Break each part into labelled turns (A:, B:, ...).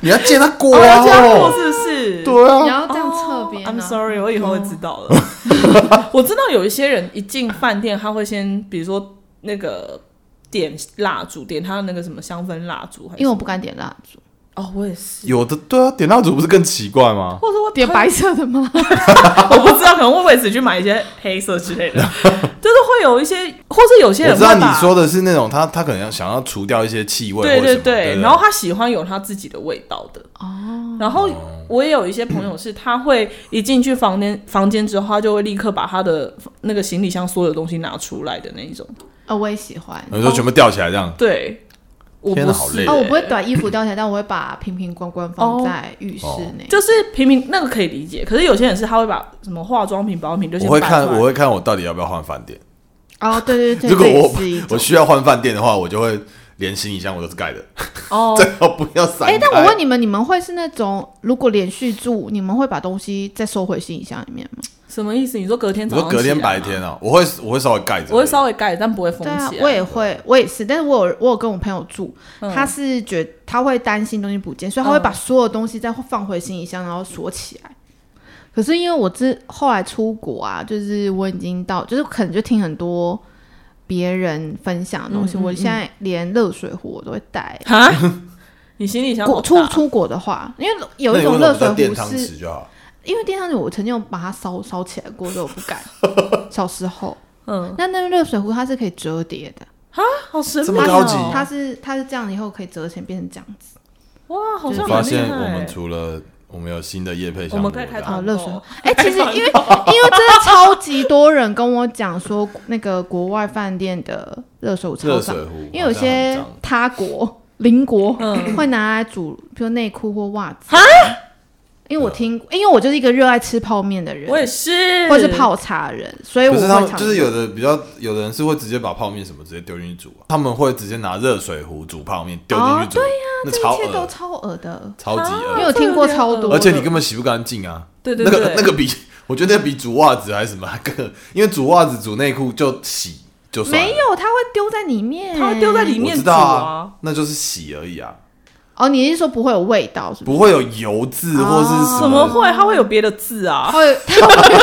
A: 你要借他过
B: 我
A: 啊
B: 要这样过，哦是不是？
A: 对
C: 你
A: 啊，
C: 要这样侧边啊。
B: I'm sorry，我以后会知道了。嗯 我知道有一些人一进饭店，他会先比如说那个点蜡烛，点他的那个什么香氛蜡烛，还是
C: 因为我不敢点蜡烛，
B: 哦，我也是，
A: 有的对啊，点蜡烛不是更奇怪吗？
B: 或者我
C: 点白色的 吗？
B: 我不知道，可能会为此去买一些黑色 之类的，就是会有一些，或是有些
A: 我
B: 人
A: 知道
B: 会
A: 你
B: 把
A: 说的是那种他他可能要想要除掉一些气味或者
B: 对
A: 什么，
B: 对
A: 对对，啊
B: 然后他喜欢有他自己的味道的。
C: 哦，
B: 然后我也有一些朋友是，他会一进去房间房间之后，他就会立刻把他的那个行李箱所有的东西拿出来的那一种。
C: 呃，我也喜欢。
A: 你说全部吊起来这样，
B: 对，我
A: 天
B: 不
A: 哪好
B: 是、
A: 累啊
C: 哦，我不会短衣服吊起来，但我会把瓶瓶罐罐放
B: 哦
C: 在浴室
A: 哦
C: 内。
B: 就是平民那个可以理解，可是有些人是他会把什么化妆品、保养品就先
A: 我会
B: 摆
A: 看
B: 出来
A: 我会看我到底要不要换饭店。
C: 哦，对对对，
A: 如果
C: 这也
A: 我
C: 是一
A: 我
C: 种。
A: 需要换饭店的话，我就会连行李箱我都是盖的，
B: 哦，
A: 最好不要散开。
C: 哎、但我问你们，你们会是那种如果连续住，你们会把东西再收回行李箱里面吗？
B: 什么意思？你说隔天
A: 你
B: 早上？
A: 说隔天白天，啊，我会我会稍微盖着，
B: 我会稍微盖，但不会封
C: 对啊
B: 起，来。嗯
C: 我也会，我也是，但是我有我有跟我朋友住，他是觉他会担心东西不见，所以他会把所有东西再放回行李箱，然后锁起来。可是因为我之后来出国啊，就是我已经到，就是可能就听很多别人分享的东西，
B: 嗯嗯
C: 我现在连热水壶我都会带。
B: 哈，你行李箱好
C: 国
B: 大
C: 出出国的话，因为有一种
A: 那你为什么
C: 热水
A: 不在
C: 壶
A: 电汤
C: 是
A: 匙就好。
C: 因为电商纸我曾经有把它烧烧起来过，所以我不 敢。小时候，
B: 嗯，
C: 那那个热水壶它是可以折叠的，
B: 好神秘、
A: 这
B: 哦，
A: 么高级
C: 它是它是这样，以后可以折起来变成这样子。
B: 哇，好
C: 就
B: 像
C: 是
A: 发
B: 很
A: 现
B: 厉
A: 我
B: 害欸
A: 们。除了我们有新的业配
B: 我
A: 项目了，
B: 们可以开
C: 啊，
B: 团
C: 热
B: 购
C: 水壶。哎、其 实因为因为真的超级多人跟我讲说，那个国外饭店的热水壶超
A: 热
C: 脏
A: 水，壶，
C: 因为有
A: 好
C: 些
A: 像很脏
C: 他国邻国
B: 嗯
C: 会拿来煮，比如内裤或袜子
B: 啊。
C: 因为我听，因为我就是一个热爱吃泡面的人，
B: 我也是，
C: 或是泡茶的人，所哎以我
A: 可是他
C: 会
A: 们
C: 常
A: 就是有的比较，有的人是会直接把泡面什么直接丢进去煮啊，他们会直接拿热水壶煮泡面丢进去
C: 哦
A: 煮，那
C: 这
A: 超
C: 一切都
A: 恶，
C: 超恶的，
A: 超级
C: 因为
A: 恶，
C: 我听过超多的，
A: 而且你根本洗不干净啊。
B: 对对
A: 那
B: 对，
A: 个那个比我觉得比煮袜子还是什么还更，因为煮袜子煮内裤就洗就算了
C: 没有，它会丢在里面，
B: 它会丢在里
A: 我
B: 面
A: 知
B: 煮
A: 道
B: 啊
A: 啊，，那就是洗而已啊，
C: 哦，你是说不会有味道是不是？
A: 不会有油渍或是
C: 哦
A: 什
B: 怎么会？它会有别的字
C: 它
B: 啊？
C: 会，它会有，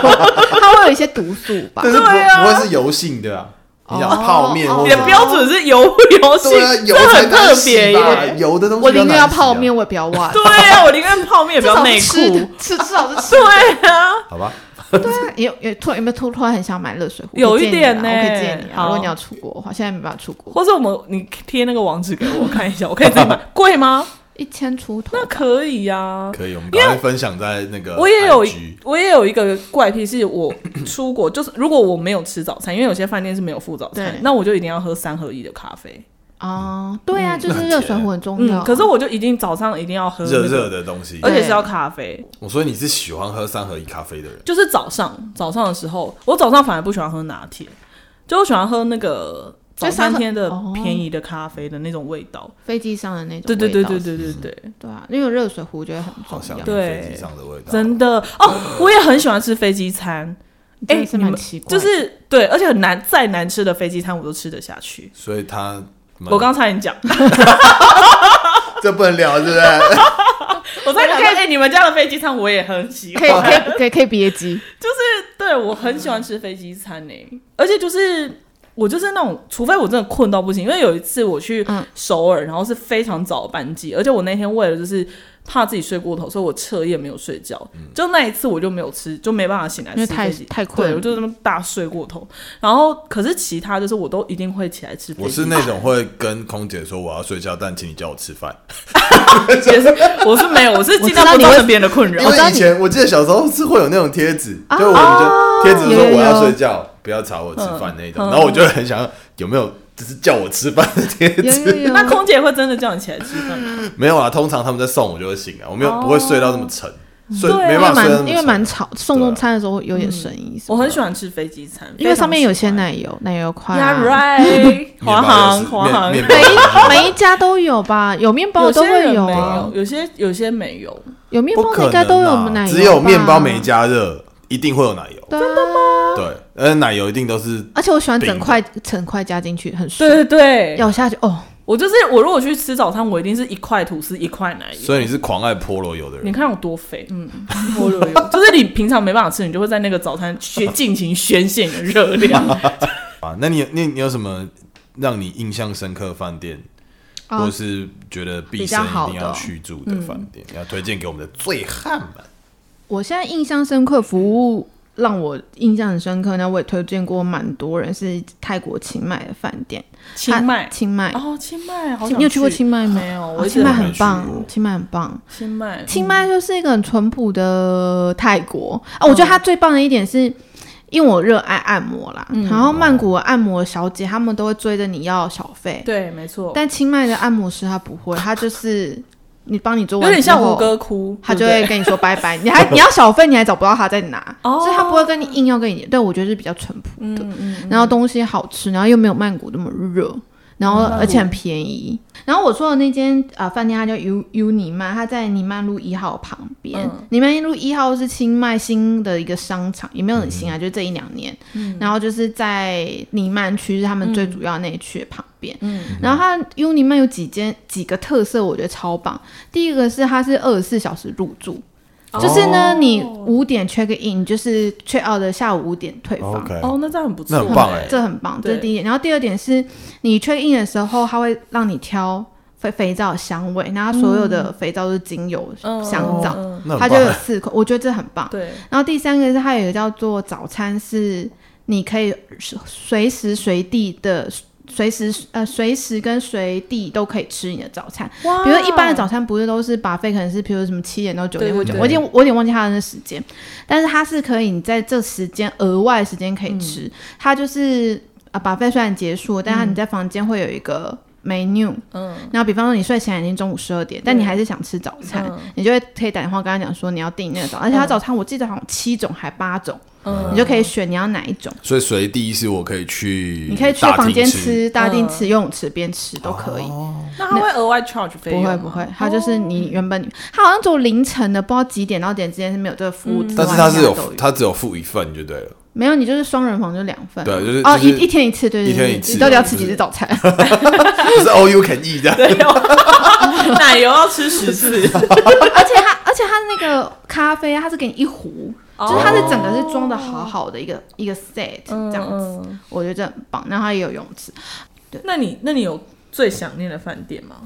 C: 它会有一些毒素 吧？
A: 但是不、
B: 对啊
A: 不会是油性的啊。你想泡面
C: 哦
A: 或
B: 你
A: 者
B: 的标准是油油性，
A: 对啊，油
B: 这
A: 才
B: 很
A: 难
B: 特
A: 洗
B: 别
A: 吧
B: 耶。
A: 油的东西
C: 我
A: 比较
C: 宁愿要
A: 难洗啊
C: 泡面，我也不要袜子，
B: 对啊，我宁愿泡面也不
C: 至
B: 要
C: 少
B: 内
C: 是吃的
B: 裤。
C: 吃至少是吃。
B: 对啊，
A: 好吧？
C: 对啊，有有突然有没有突突然很想买热水壶？
B: 有
C: 我可以
B: 一
C: 建议
B: 点
C: 啊
B: 呢
C: 我可以建议啊，
B: 好
C: 如果你要出国的话，现在没办法出国，
B: 或者我们你贴那个网址给我看一下，我可以 自己买，贵吗？
C: 一千出头
B: 那可以啊。
A: 可以，我们啊赶快分享在那个
B: 我也有
A: IG
B: 我也有一个怪癖，是我出国就是如果我没有吃早餐，因为有些饭店是没有附早餐
C: 对，
B: 那我就一定要喝三合一的咖啡。
C: 啊，对啊，
B: 嗯
C: 就是热水壶很重要
B: 嗯，
C: 啊。
B: 可是我就一定早上一定要喝
A: 热
B: 那个
A: 热的东西
C: 对
B: 而。且是要咖啡，
A: 我说你是喜欢喝三合一咖啡的人，
B: 就是早上早上的时候，我早上反而不喜欢喝拿铁，就我喜欢喝那个早
C: 就三
B: 餐
C: 合
B: 天的
C: 哦
B: 便宜的咖啡的那种味道。
C: 飞机上的那种
B: 对
C: 味道，
B: 对对对对对对，
C: 对啊，因为热水壶我觉得很
A: 好
C: 重
A: 想
C: 要
A: 念。
B: 对
A: 飞机上的味道。
B: 真的哦，我也很喜欢吃飞机餐，
C: 真的是
B: 哎你
C: 蛮
B: 们
C: 奇怪的，
B: 就是对，而且很难再难吃的飞机餐我都吃得下去。
A: 所以他们
B: 我刚才你讲，
A: 这不能聊，是不 是？
B: 我在讲说，哎、你们家的飞机餐我也很喜
C: 可以
B: 欢，
C: 可以可以可以别急，
B: 就是对我很喜欢吃飞机餐呢、而且就是我就是那种，除非我真的困到不行，因为有一次我去
C: 嗯
B: 首尔，然后是非常早的班机，而且我那天为了就是怕自己睡过头，所以我彻夜没有睡觉，
A: 嗯
B: 就那一次我就没有吃，就没办法醒来
C: 因为
B: 吃
C: 太
B: 飞机。
C: 太困
B: 对，
C: 了。
B: 我就这么大睡过头，然后可是其他就是我都一定会起来吃飞
A: 我
B: 机
A: 是
B: 餐。
A: 那种会跟空姐说我要睡觉，但请你叫我吃饭。
B: 也是，我是没有，我是尽量
C: 我知道
B: 不
C: 你
B: 造
C: 会
B: 成别人的困扰
A: 因。
C: 知道
A: 为以
C: 你
A: 前我记得小时候是会有那种贴纸，
B: 哦
C: 啊
A: 就我们就贴纸
C: 有
A: 说
C: 有
A: 我要
C: 有
A: 睡觉，不要吵我吃饭那种。
B: 嗯
A: 然后我就很想要有没有就是叫我吃饭的贴
C: 有有
A: 纸？
C: 有，
B: 那空姐会真的叫你起来吃饭吗？
A: 没有啊，通常他们在送我就会醒啊，我没有
B: 哦
A: 不会睡到那么沉，睡
B: 对啊
A: 没
C: 因为
A: 办法睡到那
C: 蛮
A: 么
C: 因为蛮
A: 沉。
C: 吵，送中餐的时候有
B: 啊
C: 点声音。是吧
B: 我很喜欢吃飞机餐，
C: 因为上面有
B: 些
C: 鲜奶油，奶油块啊。
B: Yeah right，
A: 面 包
B: 华
A: 也
B: 航
A: 是
B: 华
A: 面
B: 航，
A: 面
B: 有
A: 包也是
C: 每一家都有吧，有面包的都
B: 些
C: 会
B: 人没
C: 啊
B: 有，，有些有些没有，
C: 有面
A: 不
C: 包的
A: 可
C: 应该都有
A: 能
C: 奶
A: 啊，
C: 油，
A: 只有面包没。加热，一定会有奶油。
C: 真的吗？
A: 对，而且奶油一定都是
C: 而且我喜欢整块整块加进去，很
B: 对
C: 顺。
B: 对对，
C: 咬下去哦，
B: 我就是我如果去吃早餐，我一定是一块吐司一块奶油。
A: 所以你是狂爱菠萝油的
B: 你
A: 人，
B: 看我多肥，
C: 嗯，
B: 菠萝油就是你平常没办法吃，你就会在那个早餐宣尽情宣泄你的热 量。
C: 嗯
A: 啊？那你你你有什么让你印象深刻饭店，或
C: 哦，
A: 是觉得毕
C: 比较
A: 生一
C: 好
A: 定要
C: 的
A: 去住的饭店，
C: 嗯
A: 要推荐给我们的醉汉们？
C: 我现在印象深刻服务让我印象很深刻，那我也推荐过蛮多人是泰国清迈的饭店，
B: 清迈
C: 啊清迈，
B: 哦，清迈好想，
C: 你有去过？清迈
B: 没嗯
C: 没？
B: 有，
C: 哦
B: 我
C: 清
B: 清
C: 迈
A: 还没
C: 很
A: 去过
C: 棒，清迈很棒。
B: 清迈，
C: 清迈就是一个很淳朴的泰国
B: 嗯
C: 啊。我觉得它最棒的一点是，因为我热爱按摩啦，
B: 嗯
C: 然后曼谷的按摩小姐她们都会追着你要小费，
B: 嗯对，没错，
C: 但清迈的按摩师他不会，他就是你帮你做完
B: 有点像
C: 之后
B: 吴，哥窟，
C: 他就
B: 对不对
C: 会跟你说拜拜，你还你要小费你还找不到他在哪，
B: 哦
C: 所以他不会跟你硬要跟你。对我觉得是比较淳朴的，
B: 嗯嗯，
C: 然后东西好吃，然后又没有曼谷那么热，然后
B: 嗯
C: 而且很便宜。然后我说的那间啊、呃饭店，它叫 U U 尼曼，它在尼曼路一号旁边
B: 嗯。
C: 尼、曼路一号是清迈新的一个商场，也没有很新
B: 嗯
C: 啊，就这一两年。然后就是在尼曼区是他们最主要那一区的旁边。
B: 嗯
C: 然后它 U 尼曼有几间几个特色，我觉得超棒。第一个是它是二十四小时入住。就是呢，
B: 哦
C: 你五点 check in，你就是 check out 的下午五点退房。
B: 哦，那这样很不错，
A: 那很棒哎
C: 这很棒，这是
B: 对
C: 第一点。然后第二点是，你 check in 的时候，它会让你挑肥肥皂的香味，然后它所有的肥皂都是精油
B: 嗯
C: 香皂，
B: 嗯嗯
A: 哦那很
C: 它
A: 棒
C: 就有四款，我觉得这很棒。
B: 对，
C: 然后第三个是它有一个叫做早餐，是你可以随随时随地的。随时呃，随时跟随地都可以吃你的早餐。
B: 哇
C: 比如一般的早餐不是都是把费，可能是比如什么七点到九点
B: 对
C: 或
B: 对
C: 九，
B: 对
C: 我有点我有点忘记它的那时间，但是它是可以你在这时间额外的时间可以
B: 嗯
C: 吃，它就是啊把费虽然结束，但它你在房间会有一个 menu，
B: 嗯
C: 然后比方说你睡前已经中午十二点，但你还是想吃早餐，
B: 嗯
C: 你就会可以打电话跟他讲说你要订那个早，而且他早餐我记得好像七种还八种，
B: 嗯
C: 你就可以选你要哪一种，
A: 所以随地是我可以去，
C: 你可以去
A: 嗯大
C: 房
A: 厅
C: 间
A: 吃，哦
C: 吃、大厅
B: 嗯
C: 吃、游泳池边吃都可以。
B: 那他会额外 charge 费
C: 不
B: 用
C: 会
B: 吗
C: 不会，它就是你原本它好像只有凌晨的，不知道几点到几点之间是没有这个服务，之外
A: 但是它是有
C: 其他都
A: 它只有付一份就对了。
C: 没有你就是双人房就两份，
A: 对就是
C: 哦
A: 就是
C: 一一天一次，对对
A: 一天
C: 对
A: 一次
C: 你到底要吃
A: 就是
C: 几次早 餐？
A: 不是 all you can eat 这样
B: 对哦奶油要吃十 次，
C: 而且它，而且它那个咖啡啊，它是给你一壶，就是它是整个是装的好好的一个一个 set 这样子，
B: 子。
C: 我觉得这很棒。然后它也有泳池，
B: 那你那你有最想念的饭店吗？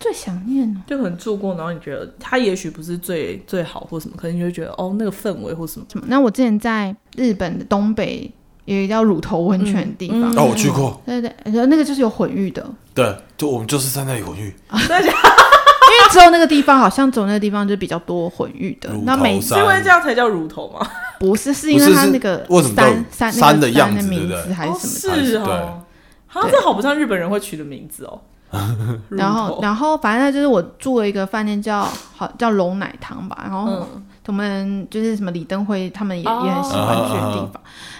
C: 最想念哦，
B: 就可能住过，然后你觉得它也许不是最最好或什么，可能你就会觉得哦那个氛围或什 么。
C: 什么？那我之前在日本的东北有一个叫乳头温泉的地方，
A: 哦，我去过，
C: 对对对，然后那个就是有混浴的，
A: 对，就我们就是在那里混浴，
B: 大家
C: 因为只有那个地方好像只有那个地方就比较多混浴的
A: 乳。
C: 那每
A: 头
C: 次
B: 是因为这样才叫乳头吗？
C: 不是是
A: 不
C: 因
A: 是
C: 为它
A: 是
C: 那个
A: 为什么叫
C: 山山那个
A: 山的样
C: 山
A: 子
C: 的名
A: 对不对
C: 字还
B: 哦
C: 是什么的？
B: 是
A: 对
B: 哦，好像这好不像日本人会取的名字 哦。乳
C: 然后
B: 头，
C: 然后反正就是我住了一个饭店叫好叫龙奶堂吧，然后
B: 嗯
C: 他们就是什么李登辉他们也、
B: 哦
C: 也很喜欢去的地方。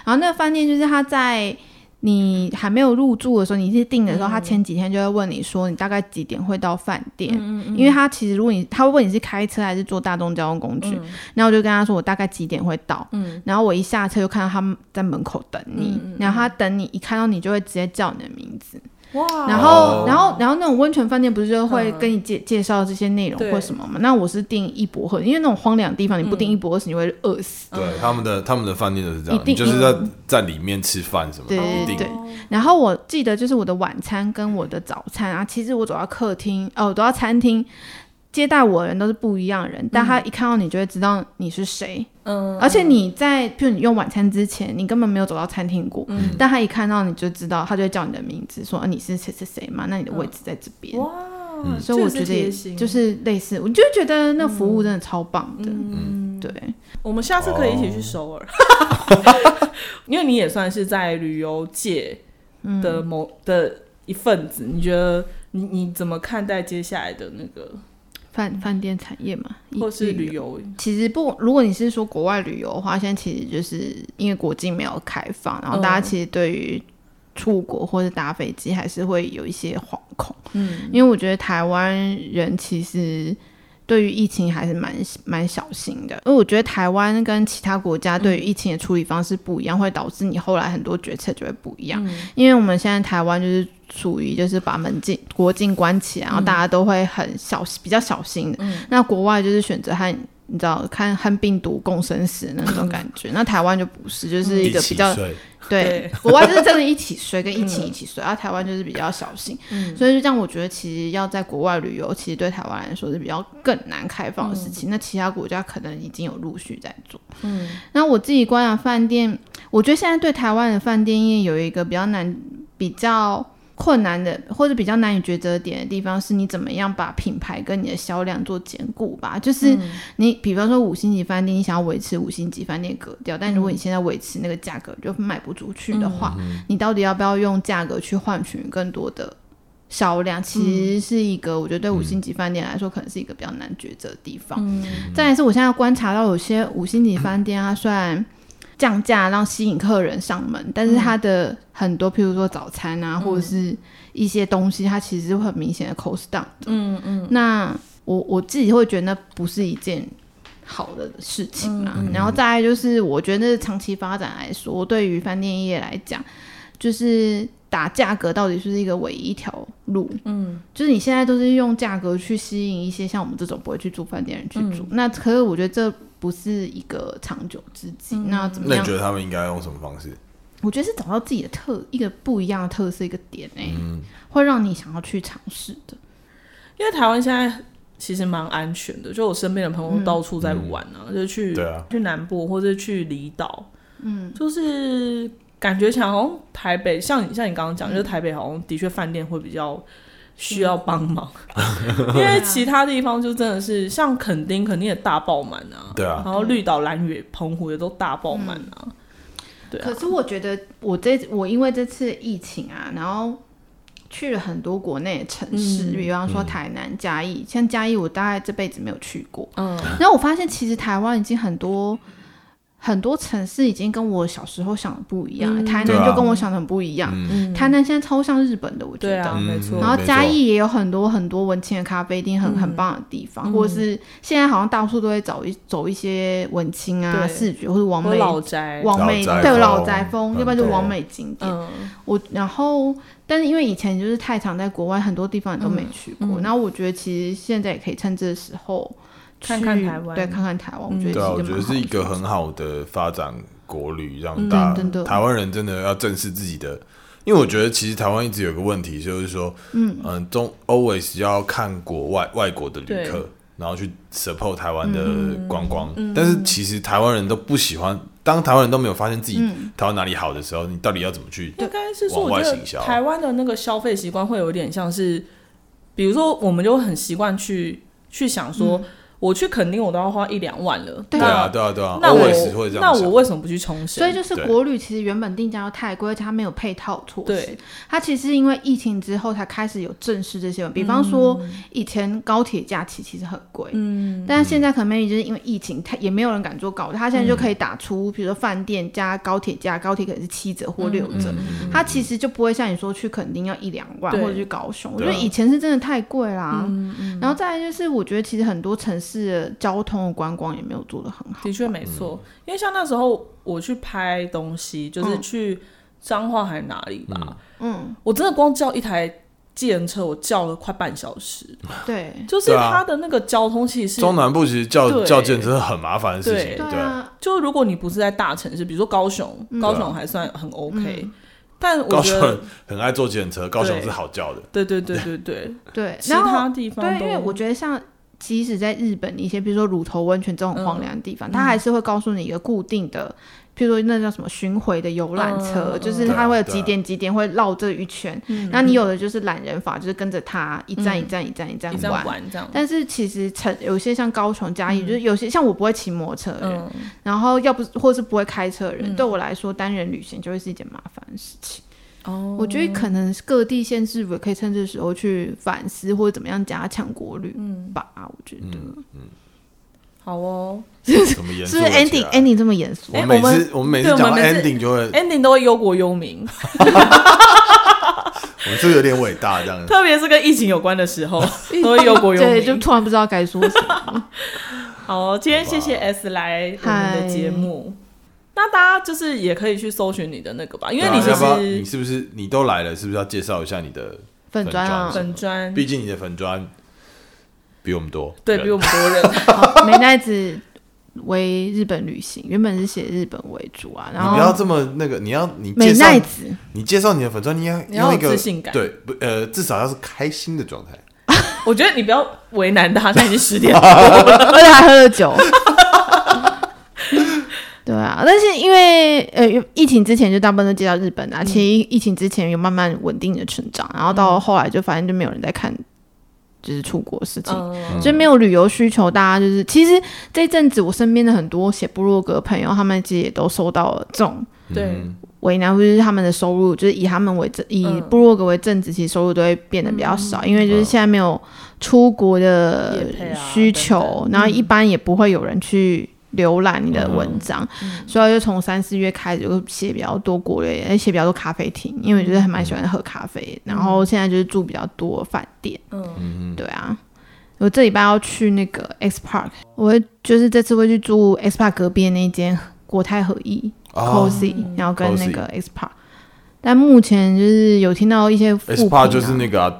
C: 然后那个饭店就是他在你还没有入住的时候，你是订的时候，他前几天就会问你说你大概几点会到饭店，因为他其实如果你他会问你是开车还是坐大众交通工具，然后我就跟他说我大概几点会到，然后我一下车就看到他们在门口等你，然后他等你一看到你就会直接叫你的名字。
B: 哇，
C: 然
A: 哦
C: 后，然后，然后那种温泉饭店不是就会跟你介、介绍这些内容
B: 对
C: 或什么吗？那我是订一博二，因为那种荒凉的地方，你不订一博二十，你会饿死。
A: 对，他们的他们的饭店都是这样，
C: 嗯一定嗯
A: 你就是在在里面吃饭什么的，
C: 对
A: 一
C: 对
A: 定
C: 对。然后我记得就是我的晚餐跟我的早餐啊，其实我走到客厅，哦，我走到餐厅。接待我的人都是不一样的人，但他一看到你就会知道你是谁，
B: 嗯，
C: 而且你在，譬如你用晚餐之前，你根本没有走到餐厅过，
B: 嗯
C: 但他一看到你就知道，他就会叫你的名字，说、啊、你是谁谁谁嘛，那你的位置在这边。
B: 哇，
C: 所以我
B: 这
C: 觉
B: 也是
C: 得也
B: 贴心
C: 就是类似，我就觉得那服务真的超棒的，
B: 嗯，
C: 对，
B: 我们下次可以一起去首 尔，因为你也算是在旅游界
C: 嗯
B: 的某、的一份子。你觉得你你怎么看待接下来的那个，
C: 饭饭店产业嘛，
B: 或是
C: 一
B: 旅。游？
C: 其实不，如果你是说国外旅游的话，现在其实就是因为国境没有开放，然后大
B: 嗯
C: 家其实对于出国或者搭飞机还是会有一些惶恐，
B: 嗯，
C: 因为我觉得台湾人其实对于疫情还是蛮蛮小心的，因为我觉得台湾跟其他国家对于疫情的处理方式不一样，会导致你后来很多决策就会不一样。因为我们现在台湾就是属于就是把门禁国境关起啊来，然后大家都会很小比较小心的。那国外就是选择和你知道看和病毒共生死那种感觉，那台湾就不是，就是一个比较
A: 一起睡
B: 对
C: 对，嗯国外就是真的一起睡，跟疫情一起睡，然啊后台湾就是比较小心，所以就这样，我觉得其实要在国外旅游，其实对台湾来说是比较更难开放的事情。那其他国家可能已经有陆续在做。嗯，那我自己观察饭店，我觉得现在对台湾的饭店业有一个比较难、比较困难的，或者比较难以抉择点的地方，是你怎么样把品牌跟你的销量做兼顾吧。就是你，比方说五星级饭店，你想要维持五星级饭店格调，但如果你现在维持那个价格就卖不出去的话，你到底要不要用价格去换取更多的销量？其实是一个，我觉得对五星级饭店来说，可能是一个比较难抉择的地方。再来是我现在观察到有些五星级饭店啊，虽然降价让吸引客人上门，但是它的很多，譬如说早餐啊，或者是一些东西，它其实是会很明显的 cost down 的。嗯嗯。那我我自己会觉得那不是一件好的事情啦。然后再来就是，我觉得长期发展来说，对于饭店业来讲，就是打价格到底是不是一个唯一一条路？嗯，就是你现在都是用价格去吸引一些像我们这种不会去住饭店的人去住，那可是我觉得这不是一个长久之计。那怎么
A: 那
C: 样
A: 你觉？得他们应该用什么方式？
C: 我觉得是找到自己的特一个不一样的特色一个点哎、
B: 嗯
C: 会让你想要去尝试的。
B: 因为台湾现在其实蛮安全的，就我身边的朋友到处在玩啊，就去
A: 嗯对啊
B: 去南部或者去离岛，嗯，就是感觉起来好像台北，像你像你刚刚讲，就是台北好像的确饭店会比较。需要帮 忙，因为其他地方就真的是像垦丁，垦丁也大爆满啊，
A: 对啊
B: 然后绿岛、蓝屿、澎湖也都大爆满啊，对啊
C: 可，是我觉得我这我因为这次疫情啊，然后去了很多国内的城市，
B: 嗯
C: 比方说台南、嘉义，像嘉义我大概这辈子没有去过。
B: 嗯，
C: 然后我发现其实台湾已经很多很多城市已经跟我小时候想的不一样了，
B: 嗯
C: 台
A: 对
C: 南
A: 啊
C: 就跟我想的很不一样。
B: 嗯
C: 台南现在超像日本的，我觉
B: 对
C: 得。
B: 啊，
A: 嗯
B: 没错
A: 嗯
C: 然，后
A: 没错
C: 嘉义也有很多很多文青的咖啡厅，很、
B: 嗯
C: 很棒的地方，或者是现在好像到处都会走一走一些文青啊、
B: 对
C: 视觉或者王
B: 我
C: 美
B: 老宅，
C: 王美
A: 老宅
C: 对
A: 风
C: 老宅风，
A: 嗯
C: 要不然就
A: 对
C: 王美景点。
B: 嗯，
C: 我然后，但是因为以前就是太常在国外，很多地方你都
B: 嗯
C: 没去过。然后我觉得其实现在也可以趁这时候去
B: 看看台湾
C: 对，看看台湾，我觉
A: 对啊，
C: 得
A: 我
C: 是
A: 觉得是一
C: 一个蛮好的
A: 个
C: 选
A: 很
C: 择
A: 好的发展国旅，让
B: 嗯
A: 大、
C: 真的
A: 台湾人真的要正视自己的，因为我觉得其实台湾一直有个问题，就是说，嗯中 always 要看国外外国的旅
B: 对嗯
A: 客，然后去 support 台湾的观光，但是其实台湾人都不喜欢，当台湾人都没有发现自己
B: 嗯
A: 台湾哪里好的时候，你到底要怎么去？
B: 应该是说，
A: 往
B: 我
A: 外
B: 觉
A: 行销
B: 得台湾的那个消费习惯会有点像是，比如说，我们就很习惯去去想说，我去垦丁我都要花一两万了，
C: 嗯对
A: 对啊，
B: 那
A: 对啊，对啊
B: 那我
A: ，always 会这
B: 那
A: 样
B: 我
A: 想。
B: 为什么不去冲绳？
C: 所以就是
A: 对
C: 国旅其实原本定价要太贵，而且它没有配套措施
B: 对。
C: 它其实因为疫情之后才开始有正视这些，比方说以前高铁假期其实很贵，嗯，但是现在可能 maybe 就是因为疫情，它也没有人敢做高铁，它现在就可以打出，比如说饭店加高铁价，高铁可能是七折或六折，
A: 嗯
C: 它其实就不会像你说去垦丁要一两万
B: 对
C: 或者去高雄，我觉
A: 对啊
C: 得以前是真的太贵啦。然后再来就是，我觉得其实很多城市的交通的观光也没有做得很好，
B: 的确没错，因为像那时候我去拍东西，
C: 嗯
B: 就是去彰化还是哪里吧，嗯，我真的光叫一台计程车，我叫了快半小时，
C: 对。
B: 就是
A: 对啊
B: 它的那个交通其实是
A: 中南部其实叫
B: 对
A: 叫建车很麻烦的事情，
B: 对
A: 对
C: 对啊，
B: 就如果你不是在大城市，比如说高雄，
C: 嗯
B: 高雄还算很 OK，、但我
A: 高
B: 觉
A: 雄
B: 得
A: 人，很爱坐建车，高雄
B: 对
A: 是好叫的。
B: 对对对对 对，
C: 对，
B: 其
C: 然后
B: 他地方
C: 对，
B: 都
C: 因为我觉得像即使在日本一些，比如说乳头温泉这种荒凉的地方，它还是会告诉你一个固定的，譬如说那叫什么巡回的游览车，
B: 嗯
C: 就是
A: 嗯
C: 它会有
A: 对啊
C: 几点几点会绕这一圈。那、你有的就是懒人法，就是跟着它一站一站一站一站
B: 你这样
C: 玩。
B: 玩这样，
C: 但是其实城有些像高雄、嘉义，就是有些像我不会骑摩托车的人，
B: 嗯，
C: 然后要不或是不会开车的人，对我来说单人旅行就会是一件麻烦的事情。
B: 哦，
C: 我觉得可能各地县市府也可以趁这时嗯候去反思，或者怎么样加强国旅吧。我觉得，
B: 好哦
A: 怎么嗯严肃
C: 是
A: 了
C: 不是
A: 起来
C: ending ending 这么严肃？
A: 我
B: 哎
A: 们每
B: 我
A: 次
B: 们
A: 我们每次
B: 对
A: 讲到
B: 我们每次哎
A: ending 就会，
B: ，ending 都会忧国 忧民，
A: 我们就有点伟大这样。
B: 特别是跟疫情有关的时 候，都会忧国忧
C: 对，就
B: 民。
C: 突然不知道该说什 么。
B: 好哦，今天谢谢 S 来我们的
C: 嗨
B: 节目。那大家就是也可以去搜寻你的那个吧，因为
A: 对啊
B: 你其
A: 要不要你
B: 实
A: 是不是你都来了，是不是要介绍一下你的？
C: 粉砖啊，
B: 粉砖
A: 毕竟你的粉砖比我们多，
B: 对
A: 人
B: 比我们多人，
C: 好美奈子为日本旅行，原本是写日本为主啊，然
A: 你不要
C: 后
A: 这么那个，你要你
C: 美
A: 介绍
C: 奈子
A: 你介绍你的粉砖，你要
B: 你要
A: 用一
B: 有
A: 个
B: 自信感
A: 对，不呃，至少要是开心的状态。
B: 我觉得你不要为难他，他已经十点了。
C: 而且还喝了酒。对啊，但是因为呃疫情之前就大部分都接到日本啊，其实疫情之前有慢慢稳定的成长，然后到后来就发现就没有人在看，就是出国的事情，
B: 嗯
C: 所以没有旅游需求，大家就是其实这阵子我身边的很多写部落格的朋友，他们其实也都收到了这种
B: 对
A: 嗯
C: 为难，或者是他们的收入，就是以他们为正，以
B: 嗯
C: 部落格为正职，其实收入都会变得比较少，因为就是现在没有出国的
B: 业配啊
C: 需求，
B: 等等
C: 然后一般也不会有人去浏览你的文章，
B: 嗯
C: 所以我就从三四月开始就写比较多国内，而且比较多咖啡厅，因为我觉得还蛮喜欢喝咖啡，然后现在就是住比较多饭店，
B: 嗯，
C: 对啊。我这礼拜要去那个 X Park，我会就是这次会去住 X Park 隔壁的那间国泰合一，
A: 啊
C: Cozy，、然后跟那
A: Cozy
C: 个 X Park。但目前就是有听到一些复
A: ，S
C: 评、
A: p
C: 啊，
A: 就是那个啊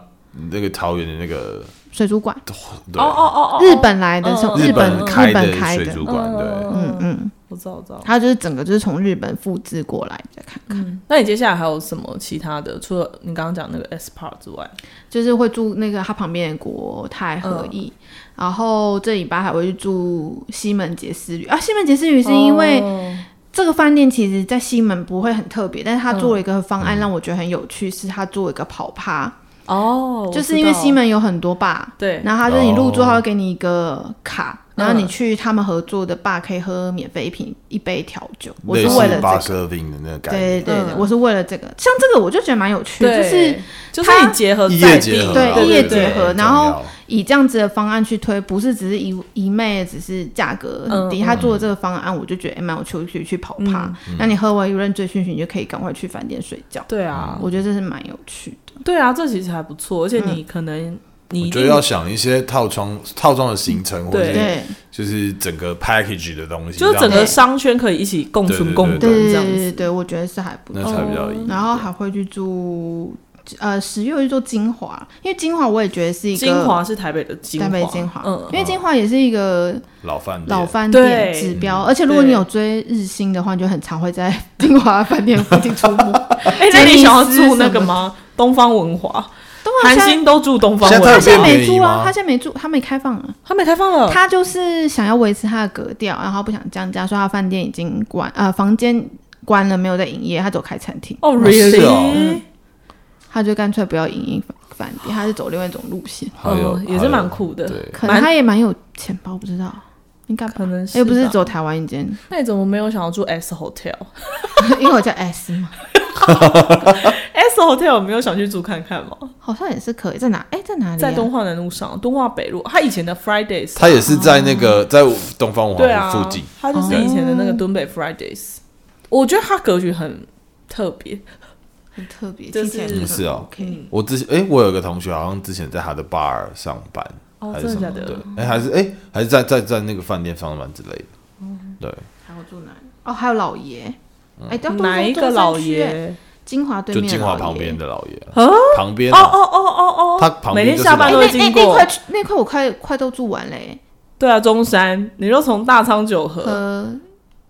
A: 那个桃园的那个，
C: 水族馆，
A: 对
B: 哦哦哦哦，
C: 日本来的，从
B: 哦
A: 日
C: 本
A: 本
C: 日
A: 的
C: 本开
A: 水
C: 的，
A: 族馆，对，
C: 嗯，嗯，
B: 我知道，我知道。
C: 它就是整个就是从日本复制过来再看，
B: 那你接下来还有什么其他的？除了你刚刚讲那个 S part 之外，
C: 就是会住那个它旁边的国泰和义，然后这礼拜还会去住西门杰斯旅啊，西门杰斯旅是因为、
B: 哦
C: 这个饭店其实，在西门不会很特别，但是他做了一个方
A: 嗯
C: 案让我觉得很有趣，是他做一个跑趴，
B: 哦，我
C: 就是因为
B: 知道
C: 西门有很多吧，
B: 对，
C: 然后他就是你入住，
A: 哦
C: 他会给你一个卡，
B: 嗯
C: 然后你去他们合作的吧可以喝免费一瓶一杯调酒。我是
A: 类
C: 为了
A: 似
C: 这
A: bar
C: 个，
A: serving 的那个概
C: 对对
A: 念，
C: 对，
B: 嗯
C: 我是为了这个。像这个我就觉得蛮有趣，就
B: 对，
C: 是
B: 就是你结合
A: 异
B: 呃在
A: 业
B: 地
A: 结合啊，
C: 对
A: 我觉得
C: 异业结合
A: 很重
C: 然后
A: 要
C: 以这样子的方案去推，不是只是一一昧只是价格很低。
B: 嗯
C: 他做的这个方案，我就觉得哎蛮有趣，去去跑趴。那你喝完一轮醉醺醺，你就可以赶快去饭店睡觉。
B: 对啊，
C: 我觉得这是蛮有趣的。
B: 对啊，这其实还不
C: 嗯
B: 错，而且你可能你
A: 我
B: 一
A: 觉得
B: 定
A: 要想一些套装套装的行程，或者
B: 对
A: 是
C: 对
A: 就是整个 package 的东西，
B: 就是整
A: 让
B: 个商圈可以一起共存
A: 对对对
B: 共荣
C: 对
B: 这
C: 对
B: 样
C: 对对
B: 子。
C: 对，我觉得是还不错
A: 那。才比
B: 哦
A: 较有意义。
C: 然后还会去住呃十月去做金华，因为金华我也觉得是一个
B: 金华是台北的金华，
C: 台北金华，
B: 嗯，
C: 因为金华也是一个
A: 老饭店
C: 老饭店
B: 对
C: 指标，而且如果
B: 对
C: 你有追日新的话，你就很常会在 金华饭店附近出没。
B: 哎，那你想要住那个吗？东方文华，
C: 东华
B: 韩
C: 现在
B: 星都住东方
A: 现在
C: 他
B: 文
A: 特
C: 现
A: 别
B: 华，
C: 在没
A: 便宜
C: 住啊
A: 吗，
C: 他现在没住，他没开放啊。
B: 他没开放了，
C: 他就是想要维持他的格调，然后不想降价，所以他饭店已经关呃房间关了，没有在营业，他走开餐厅，
B: 哦
A: 是
B: ，really？
A: 哦
B: 嗯
C: 他就干脆不要营业饭店，他是走另外一种路线。
A: 还有
B: 嗯也是蛮酷的
A: 还有对，
C: 可能他也蛮有钱吧，我不知道，应该吧
B: 可能是
C: 哎又不是
B: 吧
C: 只有台湾一间，
B: 那你怎么没有想要住 S Hotel？
C: 因为 我叫 S 嘛，
B: S Hotel 有没有想去住看看吗？
C: 好像也是可以，在哪？哎，在哪里啊？
B: 在敦化南路上，敦化北路，他以前的 Fridays，啊
A: 他也是在那个在东方文
B: 对
A: 化
B: 啊，
A: 附近，
B: 他就是以前的那个敦
C: 哦
B: 北 Fridays。我觉得他格局很特别，
C: 很特别，
B: 就
C: 听起来
B: 是
C: 很
A: 是哦
C: OK，
A: 我之前哎、我有个同学好像之前在他的 bar 上班，
B: 哦
A: 还是
B: 真
A: 什
B: 的
A: 么
B: 假的
A: 对，哎、还是哎、还是在在在那个饭店上班之类的。对，
C: 还有住哪里？哦，还有老爷，哎，都
B: 哪一个老？爷？
C: 金华对
A: 就
C: 面，
A: 金华旁边。的老爷
B: 哦，
A: 旁边
B: 哦
A: 啊
B: 哦哦哦哦，
A: 他旁边
B: 每天
A: 就是
B: 下
C: 哎，
B: 班都会
C: 那哎
B: 经
C: 那
B: 过。
C: 块那块我快快都住完嘞，
B: 对啊，中山，你就从大仓九河，
C: 呃，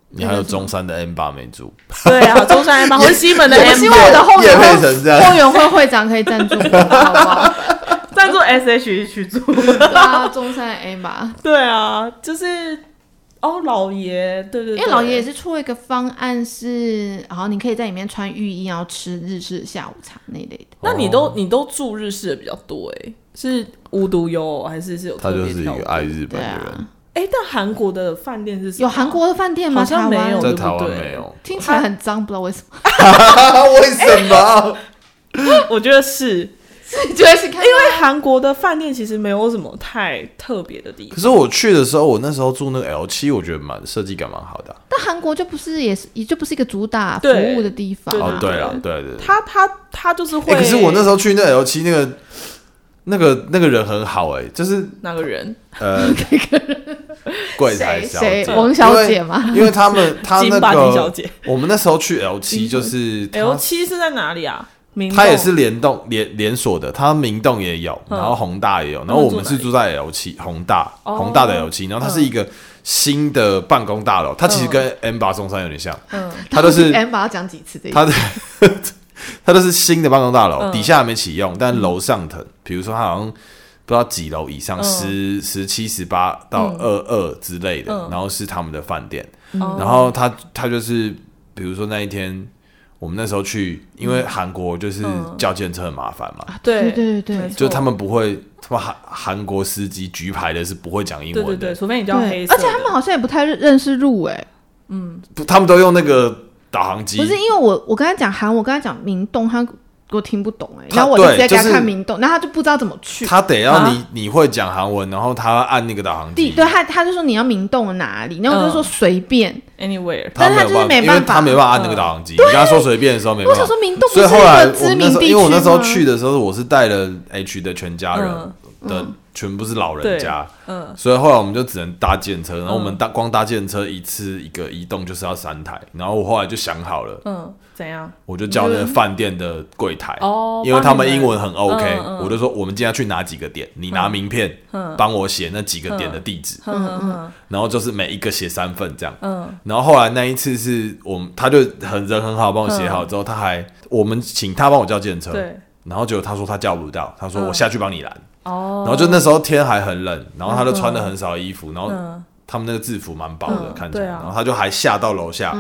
A: 你还有中山的 M 八没住，
B: 对啊，中山 M 八或是西门的
C: 我
B: M
C: 希望我的后援
A: 夜配
C: 会
A: 成这样
C: 后援会会长可以赞助 我，好不好？
B: 赞助 SH 去住。
C: 对啊，中山 A 吧，
B: 对啊，就是哦，老爷，对对
C: 因
B: 对，
C: 为老爷也是出了一个方案是，好，你可以在里面穿浴衣，然后吃日式下午茶那一类的。
B: 那你
A: 哦
B: 都你都住日式的比较多哎、是无独有偶还是是有
A: 他
B: 特
A: 就
B: 别
A: 是一
B: 挑
A: 个
B: 的？
A: 爱日本
C: 对
A: 的人
C: 啊，，
B: 哎、但韩国的饭店是什么
C: 有韩国的饭店吗？
B: 好像没有
C: 台湾
A: 在
B: 对不啊
A: 台湾
B: 对
A: 没有，
C: 听起来很脏，不知道为什么。
A: 为什么？
B: 我觉得是
C: 你 就会去看啊到。因为
B: 在韩国的饭店其实没有什么太特别的地
A: 可
B: 方，
A: 是我去的时候，我那时候住那个 L 七，我觉得蛮设计感蛮好的啊、
C: 但韩国就不是也是也就不是一个主打服
B: 对
C: 务的地方
B: 对
A: 哦
C: 啊，，
A: 对了，对对对。
B: 他他他就是会。
A: 哎、可是我那时候去那 L 七那个那个那个人很好哎、就是
B: 那个人
A: 呃柜台
C: 谁
A: 小
C: 谁
A: 姐，
C: 王小姐嘛，
A: 因为他们他
B: 金
A: 那
B: 发女小
A: 个
B: 姐
A: 我们那时候去 L 七就是他
B: ，L 七是在哪里啊？明洞
A: 它也是联动连连锁的，它明洞也有，
B: 嗯
A: 然后宏大也有，然后
B: 们
A: 我
B: 住
A: 们
B: 哪
A: 是
B: 里
A: 住在 L 七宏大
B: 哦
A: 宏大的 L 七，然后它是一个新的办公大楼，它其实
B: 嗯
A: 跟 M 八松山有点像，
B: 嗯
A: 它都 是
C: M 把要讲几次这一
A: 它的它都是新的办公大楼，
B: 嗯
A: 底下还没启用，但楼上腾，比如说它好像不知道几楼以上，
B: 嗯
A: 十十七、十八到
B: 嗯
A: 二二之类的
B: 嗯，
A: 然后是他们的饭店，
B: 哦
A: 然后他他就是，比如说那一天我们那时候去，因为韩国就是
B: 嗯
A: 叫计程车很麻烦嘛，
C: 对
B: 对
C: 对对
B: 没
C: 对
B: 错，
A: 就是他们不会，他们韩韩国司机举牌的是不会讲英
B: 对
A: 文
B: 对
A: 的，
B: 对，除非你叫黑
C: 对，
B: 色
C: 而
B: 的，
C: 且他们好像也不太认认识路哎，
A: 不他们都用那个导航机
C: 不。是因为我我跟他讲韩，我跟他讲明洞，他我听不懂哎，
A: 他
C: 然后我就
A: 对
C: 直接给他
A: 就是
C: 看明洞，然后他就不知道怎么去。
A: 他得要你、
B: 啊
A: 你会讲韩文，然后他按那个导航
C: 地
A: 机。
C: 对他，他就说你要明洞哪里，然后我就说随便。
B: anywhere，
A: 他
C: 但是他
A: 没有
C: 就是
A: 办法，因为
C: 没办法嗯
A: 他没办法按那个导航机。你跟他说随便的时候没
C: 我
A: 办
C: 想
A: 法
C: 说。明洞不
A: 所
C: 是
A: 以
C: 一
A: 后来
C: 个
A: 我
C: 知
A: 们那
C: 名
A: 时候，
C: 地区
A: 因为我那时候
C: 吗
A: 去的时候，我是带了 H 的全家人
B: 嗯
A: 的，全部是老人
B: 对
A: 家，
B: 嗯，
A: 所以后来我们就只能搭建车，然后我们
B: 嗯
A: 搭光搭建车一次一个移动就是要三台，然后我后来就想好了，
B: 嗯，怎样？
A: 我就叫那个饭店的柜台，
B: 哦
A: 因为他们英文很
B: 帮你们
A: OK，
B: 嗯嗯
A: 我就说我们今天要去哪几个点，你拿名片帮我写那几个点的地址，
B: 嗯嗯
A: 然后就是每一个写三份这样。
B: 嗯
A: 然后后来那一次是我们，他就很人很好，帮我写好之后，他还我们请他帮我叫计程
B: 嗯，
A: 车，
B: 对，
A: 然后结果他说他叫不到，他说
B: 嗯
A: 我下去帮你拦，
B: 哦，
A: 然后就那时候天还很冷，然后他就穿的很少衣服，然后
B: 嗯，
A: 他们那个制服蛮薄的，
B: 嗯
A: 看起来，
B: 对啊嗯
A: 然后他就还下到楼下，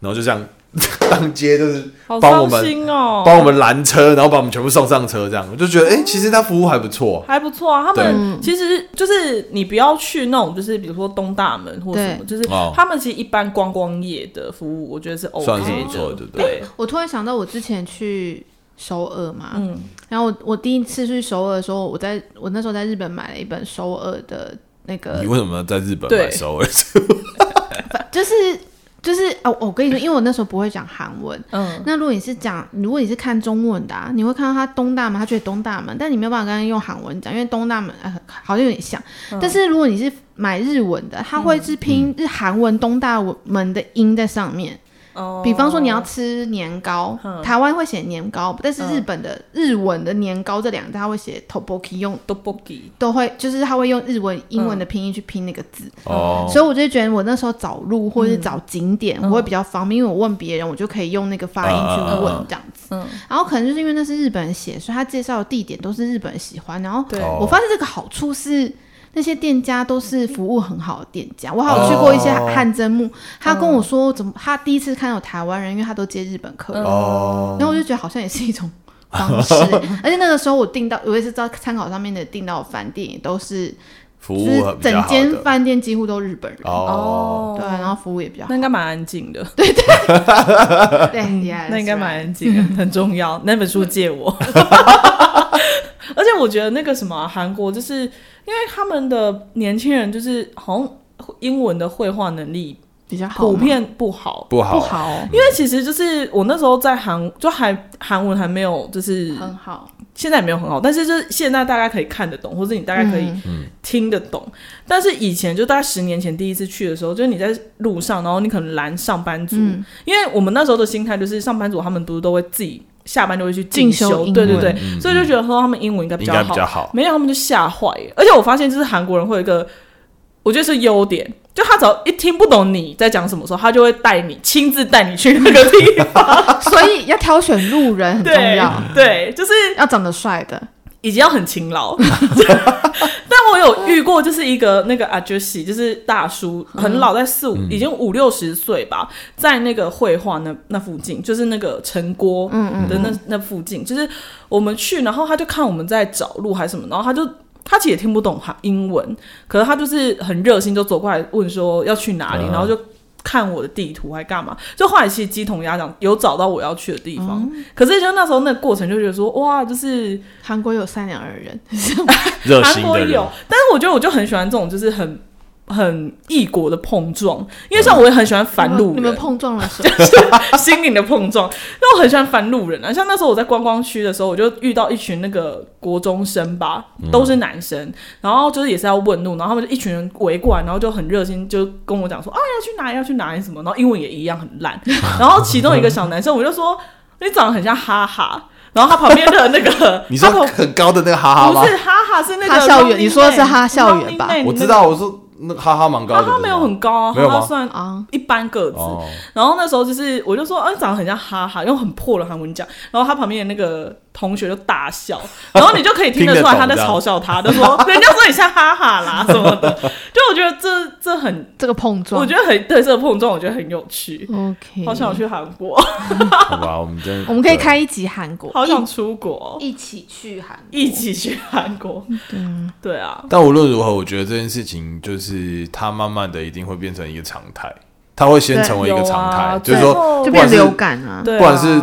A: 然后就这样 当街就是
B: 好
A: 帮我
B: 伤
A: 们
B: 心哦，
A: 帮我们拦车，然后把我们全部送上车，这样我就觉得，哎、其实他服务还不错。
B: 还不错啊，他
A: 对
B: 们其实就是你不要去那种，就是比如说东大门或什么，就是
A: 哦
B: 他们其实一般观光业的服务，我觉得是 OK
A: 算是
B: 的，
A: 不错的对
B: 对，
C: 我突然想到，我之前去首尔嘛，
B: 嗯
C: 然后我我第一次去首尔的时候，我在我那时候在日本买了一本首尔的那个呃
A: 你，为什么要在日本
B: 对
A: 买首尔？
C: 就是就是哦，我跟你说，因为我那时候不会讲韩文。
B: 嗯，
C: 那如果你是讲，如果你是看中文的、啊，你会看到他东大门，他觉得东大门，但你没有办法跟他用韩文讲，因为东大门、呃、好像有点像。
B: 嗯
C: 但是如果你是买日文的，他会是拼日韩文东大门的音在上面。
B: 哦
C: 比方说你要吃年糕，
B: 嗯
C: 台湾会写年糕，但是
B: 嗯
C: 日本的、日文的年糕这两个字，它会写 toboki，用
B: d o b o g i
C: 都会就是它会用日文、英
B: 嗯
C: 文的拼音去拼那个字，
A: 哦，
C: 所以我就觉得我那时候找路或者是找景点，
B: 嗯
C: 我会比较方便，因为我问别人，我就可以用那个发音去
A: 嗯嗯嗯
C: 问这样子。
B: 嗯，
C: 然后可能就是因为那是日本人写，所以他介绍的地点都是日本人喜欢。然后
B: 对，
A: 哦
C: 我发现这个好处是。那些店家都是服务很好的店家，我还有去过一些
A: 哦
C: 汗蒸幕，他跟我说怎么，他第一次看到台湾人，因为他都接日本客人，
B: 嗯
A: 哦，
C: 然后我就觉得好像也是一种方 式，而且那个时候我订到，我也是在参考上面的订到的饭店也都是，
A: 服
C: 就
A: 务
C: 是
A: 很比较
C: 整
A: 好
C: 间
A: 的
C: 饭店几乎都日本人，
A: 哦，
C: 对，然后服务也比较好
B: 那，应该蛮安静的，
C: 对，yeah,
B: 那应该
C: that's
B: 蛮
C: right
B: 安 静的，很重要。那本书借我。而且我觉得那个什么啊韩国，就是因为他们的年轻人就是好像英文的绘画能力
C: 比较好嘛，
B: 普遍不好，
A: 不好
C: 不好哦，
B: 因为其实就是我那时候在韩，就还韩文还没有，就是
C: 很好，
B: 现在也没有很好，但是就是现在大概可以看得懂，或者嗯你大概可以
C: 嗯
B: 听得懂。但是以前就大概十年前第一次去的时候，就是你在路上，然后你可能拦上班族，
C: 嗯
B: 因为我们那时候的心态就是上班族他们不是都会自己下班就会去进
C: 进修英文
B: 对对对，
A: 嗯嗯
B: 所以就觉得说他们英文应该比
A: 应
B: 较
A: 该
B: 好，
A: 比较好。
B: 没有他们就吓坏了。而且我发现就是韩国人会有一个，我觉得是优点，就他只要一听不懂你在讲什么时候，他就会带你亲自带你去那个地方，
C: 所以要挑选路人很重
B: 对
C: 要，
B: 对，就是
C: 要长得帅的，
B: 以及要很勤劳。 但我有遇过，就是一个那个阿杰西，就是大叔，很老，在四五、已经五六十岁吧，在那个绘画那那附近，就是那个城郭的那那附近，就是我们去，然后他就看我们在找路还是什么，然后他就。他其实也听不懂韩英文，可是他就是很热心，就走过来问说要去哪里，
A: 嗯
B: 然后就看我的地图还干嘛？就后来其实鸡同鸭讲，有找到我要去的地方，可是就那时候那个过程就觉得说，哇，就是
C: 韩国有善良的人，
A: 热
B: 韩
A: 心
B: 国
A: 的人
B: 有，但是我觉得我就很喜欢这种就是很很异国的碰撞，因为像我也很喜欢反
C: 嗯你
B: 路
C: 们你们
B: 人，啊
C: 碰撞了什 么？
B: 心灵的碰撞。那我很喜欢烦路人啊，像那时候我在观光区的时候，我就遇到一群那个国中生吧，
A: 嗯
B: 都是男生，然后就是也是要问路，然后他们就一群人围过来，然后就很热心，就跟我讲说啊要去哪里要去哪里什么，然后英文也一样很 烂，然后其中一个小男生我就说你长得很像哈哈，然后他旁边的那个
A: 你说
B: 他旁
A: 很高的那个哈哈吗
B: 不？是哈哈是那个
C: 哈校园
B: Running
C: 你说的是哈
B: Man，
C: 校园吧
B: Running Man，
A: 我知
B: 那个
A: 道，我说那个哈哈蛮高的，
B: 哈哈没有
A: 对
B: 很高啊，
A: 没有
B: 哈哈
A: 吗
B: 算
C: 啊，
B: 一般个子，
A: 吧哦，
B: 然后那时候就是，我就说，嗯、长得很像哈哈，用很破的韩文讲。然后他旁边的那个同学就大笑，然后你就可以听得出来他在嘲笑他，就说人家说你像哈哈啦什么的。就我觉得这这很，
C: 这个碰撞，
B: 我觉得很对这个碰撞，我觉得很有趣。
C: OK，
B: 好想去韩 国，
A: 好吧，我们真的
C: 我们可以开一集韩国，
B: 好想出国，
C: 一起去韩国，
B: 一起去韩国。对啊，
A: 但无论如何，我觉得这件事情就是它慢慢的一定会变成一个常态，它会先
C: 对
A: 成为一个
B: 有
A: 常态，
B: 啊
A: 就是
B: 最
A: 说，
B: 后
C: 就
A: 不管
C: 变
A: 是
C: 流感啊。
B: 对啊，
A: 不管是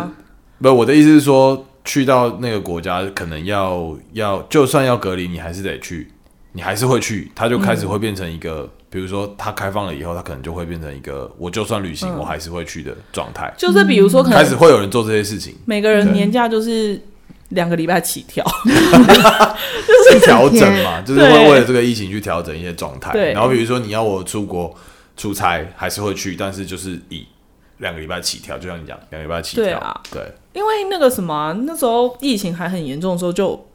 A: 不，我的意思是说，去到那个国家，可能要要，就算要隔离，你还是得去，你还是会去，它就开始会变成一个，比如说它开放了以后，它可能就会变成一个，我就算旅行，
B: 嗯
A: 我还是会去的状态，
B: 就是比如说可
A: 开始
B: 能
A: 会有人做这些事 情，
B: 每个人
A: 对
B: 年假就是两个礼拜起跳，
A: 去调整嘛，就是
B: 对
A: 会为了这个疫情去调整一些状态。
B: 对
A: 然后比如说你要我出国出差，还是会去，但是就是以两个礼拜起跳，就像你讲，两个礼拜起
B: 对
A: 跳，
B: 啊
A: 对,、
B: 因为那个什么啊、那时候疫情还很严重的时候，就有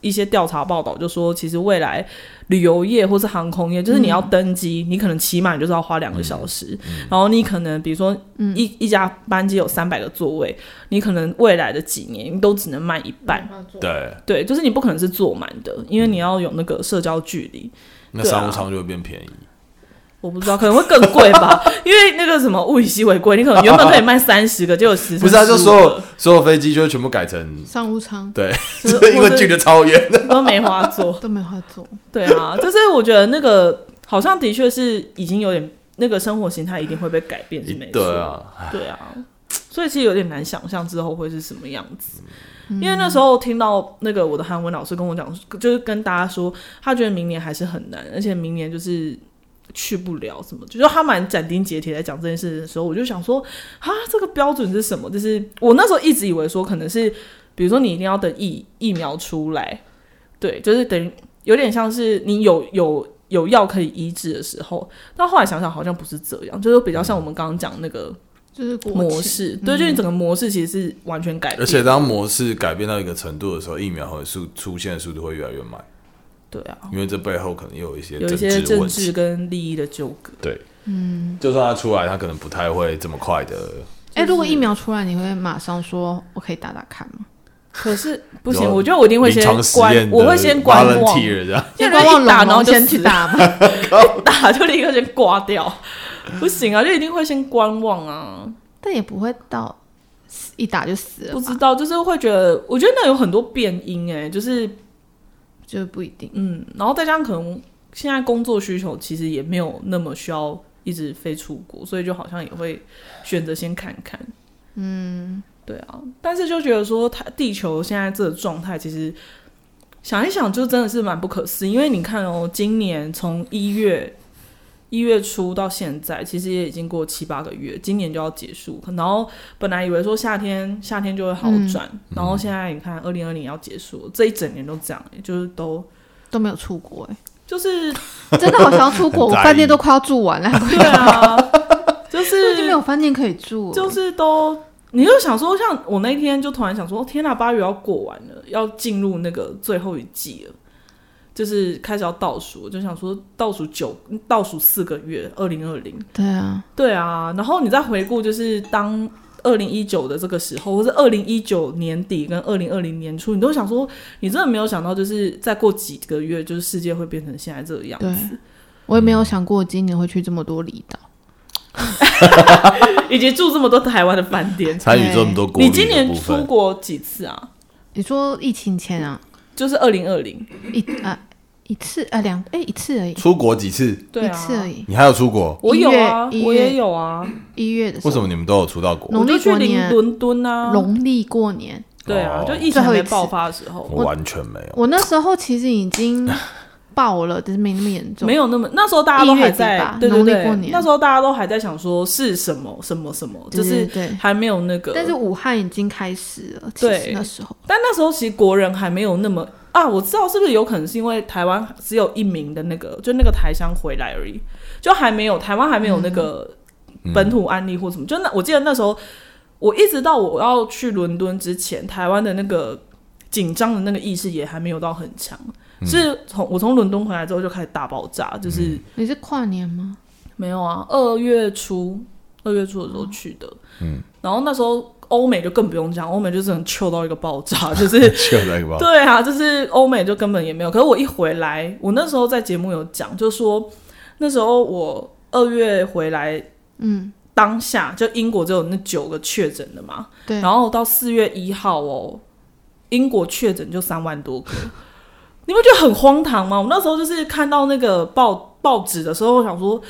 B: 一些调查报道就说，其实未来旅游业或是航空业，就是你要登机，你可能起码你就是要花两个小时，然后你可能比如说一一家班机有三百个座位，你可能未来的几年你都只能卖一半。
A: 对，
B: 对，就是你不可能是坐满的，因为你要有那个社交距离。
A: 那
B: 对啊
A: 商务舱就会变便宜。
B: 我不知道，可能会更贵吧，因为那个什么物以稀为贵，你可能原本可以卖三十个，结果十
A: 不是啊，就所有所有飞机就会全部改成
C: 商务舱
A: 对，
B: 就
A: 就是是因为距离超远。
B: 都梅花座。
C: 都没话做，
B: 对啊，就是我觉得那个好像的确是已经有点那个生活形态一定会被改变，是没 错。
A: 对，啊，
B: 对啊，所以其实有点难想象之后会是什么样子。因为那时候听到那个我的韩文老师跟我讲，就是跟大家说，他觉得明年还是很难，而且明年就是去不了什么，就是他蛮斩钉截铁在讲这件事的时候，我就想说，啊，这个标准是什么？就是我那时候一直以为说，可能是比如说你一定要等疫疫苗出来，对，就是等于有点像是你有有有药可以医治的时候，但后来想想好像不是这样，就是比较像我们刚刚讲那个
C: 就是国
B: 模
C: 庆嗯
B: 式，对，就是你整个模式其实是完全改变，
A: 嗯而且当模式改变到一个程度的时候，疫苗和速出现的速度会越来越慢，
B: 对啊，
A: 因为这背后可能又有一些
B: 有一些
A: 治
B: 政
A: 问
B: 治
A: 题。
B: 跟利益的纠葛。
A: 对，嗯，就算它出来，它可能不太会这么快的。
C: 哎、如果疫苗出来，你会马上说我可以打打看吗？
B: 可是不行，
A: 有
B: 我觉得我一定会先
A: 临床实
B: 观
A: 验，
B: 我
A: 的
B: 会先观望，
A: volunteer 这样。
B: 因为
C: 观望
B: 一打
C: 龙
B: 然后
C: 龙
B: 就
C: 先去
B: 死
C: 打吗？
B: 打就立刻先挂掉，不行啊，就一定会先观望啊。
C: 但也不会到死一打就死了
B: 不
C: 吧，
B: 知道，就是会觉得，我觉得那有很多变因哎、就是
C: 就不一定。
B: 嗯，然后再加上可能现在工作需求其实也没有那么需要一直飞出国，所以就好像也会选择先看看。嗯，对啊，但是就觉得说，它地球现在这个状态，其实想一想，就真的是蛮不可思议。因为你看哦，今年从一月一月初到现在，其实也已经过七八个月，今年就要结束。然后本来以为说夏天夏天就会好转，然后现在你看二零二零要结束了，这一整年都这样，欸就是都。
C: 都没有出国哎、
B: 就是
C: 真的好想要出国，
A: 很
C: 我
A: 在意
C: 饭店都快要住完了，
B: 对啊，就
C: 最近没
B: 是
C: 有饭店可以 住，
B: 就是都，你就想说，像我那天就突然想说，哦天哪，八月要过完了，要进入那个最后一季了，就是开始要倒数，我就想说倒数九，倒数四个月，二零二零，
C: 对啊，
B: 对啊，然后你再回顾，就是当二零一九的这个时候，或是二零一九年底跟二零二零年初，你都想说，你真的没有想到，就是再过几个月，就是世界会变成现在这个样
C: 对
B: 子，
C: 我也没有想过我今年会去这么多离岛。
B: 以及住这么多台湾的饭 店。
A: 参与这么多国
B: 你
A: 力
B: 今
A: 的
B: 年
A: 部
B: 出
A: 分，
B: 国几次啊？
C: 你说疫情前啊，
B: 就是二零二零，
C: 一啊一次啊两哎一次而已，
A: 出国几次？
B: 对
C: 一
B: 啊，
C: 次而已。
A: 你还有出国？
B: 我有啊，
C: 一月
B: 我也有啊，
C: 一月的时候，
A: 为什么你们都有出到国？
C: 农
B: 我
C: 历
B: 就去
C: 过年
B: 伦伦敦啊，
C: 农历过年？
B: 对
A: 哦，
B: 啊就疫
C: 最
B: 情
C: 后一
B: 没
C: 次
B: 爆发的时候，
A: 我完全没 有。
C: 我那时候其实已经爆了，但是没那么严重。
B: 没有那么那时候大家都还
C: 一月底
B: 在
C: 吧，
B: 对对
C: 农历过
B: 对，
C: 年
B: 那时候大家都还在想说是什么什么什么，
C: 对，
B: 就
C: 对
B: 是
C: 对。
B: 还没有那个，
C: 但是武汉已经开始了，其
B: 对
C: 实那时候
B: 但那时候其实国人还没有那么啊，我知道是不是有可能是因为台湾只有一名的那个，就那个台商回来而已，就还没有台湾还没有那个本土案例或什么。就那我记得那时候，我一直到我要去伦敦之前，台湾的那个紧张的那个意识也还没有到很强。是从我从伦敦回来之后就开始大爆炸，就是、
C: 你是跨年吗？
B: 没有啊，二月初二月初的时候去的，嗯，然后那时候欧美就更不用讲，欧美就是很 chill 到一个爆炸，就是
A: 就那个吧，
B: 对啊，就是欧美就根本也没有。可是我一回来，我那时候在节目有讲，就说那时候我二月回来
C: 嗯，
B: 当下，就英国只有那九个确诊的嘛，
C: 对。
B: 然后到四月一号哦，英国确诊就三万多个，你不觉得很荒唐吗？我那时候就是看到那个报报纸的时候，我想说，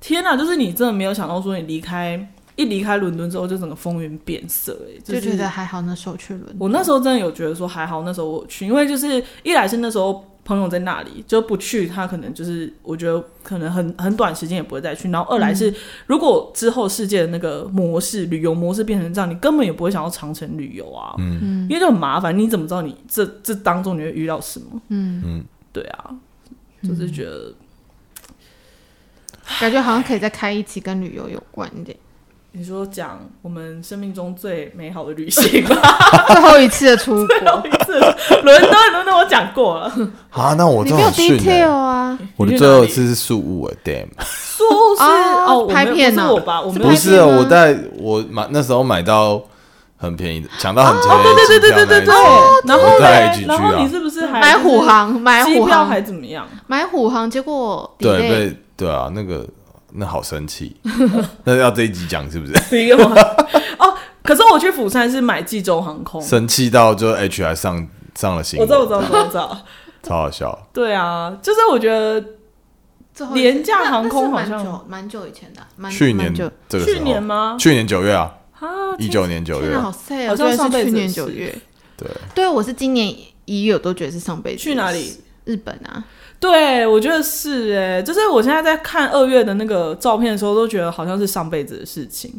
B: 天哪，就是你真的没有想到说你离开一离开伦敦之后，就整个风云变色、欸，
C: 就是觉得还好，那时候去伦
B: 我那时候真的有觉得说还好，那时候我去，因为就是一来是那时候朋友在那里，就不去他可能就是我觉得可能很很短时间也不会再去。然后二来是、如果之后世界的那个模式旅游模式变成这样，你根本也不会想要长城旅游啊，嗯，因为就很麻烦。你怎么知道你这这当中你会遇到什么？
C: 嗯
B: 嗯，对啊，就是觉得
C: 感觉好像可以再开一期跟旅游有关一点。
B: 你说讲我们生命中最美好的旅行吧，
C: 最后一次的出
B: 有
C: 国，
B: 一次伦敦，伦敦我讲过了，
A: 啊，那我
C: 你
A: 这
C: 没有
A: 很逊欸
C: detail 啊？
A: 我的
B: 你去
A: 最
B: 哪
A: 后
B: 里
A: 一次是宿务哎，damn，
B: 苏 是
C: 哦
B: 哦，我没有
C: 拍片
B: 不
C: 啊
B: 是我吧？我没有
A: 不是
C: 拍
A: 啊，
C: 片吗
A: 我在我买那时候买到很便宜的，抢到很便宜的
B: 哦对
A: 机
B: 对
A: 票
B: 对
A: 那
B: 对
A: 一
B: 对哦
A: 次，
B: 然后
A: 我带
B: 嘞
A: IG，去
B: 然后你
A: 啊，
B: 是不是还
C: 买虎？航，买
B: 机
C: 虎
B: 票
C: 航
B: 还，怎么样？
C: 买虎航，结果
A: 对
C: delay
A: 被对啊，那个那好生气， 那要这一集讲 是不是？
B: 不用啊哦，可是我去釜山是买济州航空，
A: 生气到就 H 还上上了新
B: 我
A: 闻，
B: 知道，我知道，我知道我知道。
A: 超好笑。
B: 对啊，就是我觉得
C: 最后一次
B: 廉价航空好像
C: 那那是蛮久蛮久以前的，啊蛮
A: 去年
C: 蛮久
A: 这个时候
B: 去年吗？
A: 去年九月啊，
B: 啊，
A: 一九年九
C: 天
A: 月
C: 哪，，好 sad，哦
B: 好像
C: 居然是
B: 上辈子
C: 去年
B: 是
C: 九月。
A: 对，
C: 对，我是今年一月，我都觉得是上辈子。
B: 去哪里？
C: 日本啊，
B: 对，我觉得是哎、就是我现在在看二月的那个照片的时候，都觉得好像是上辈子的事情。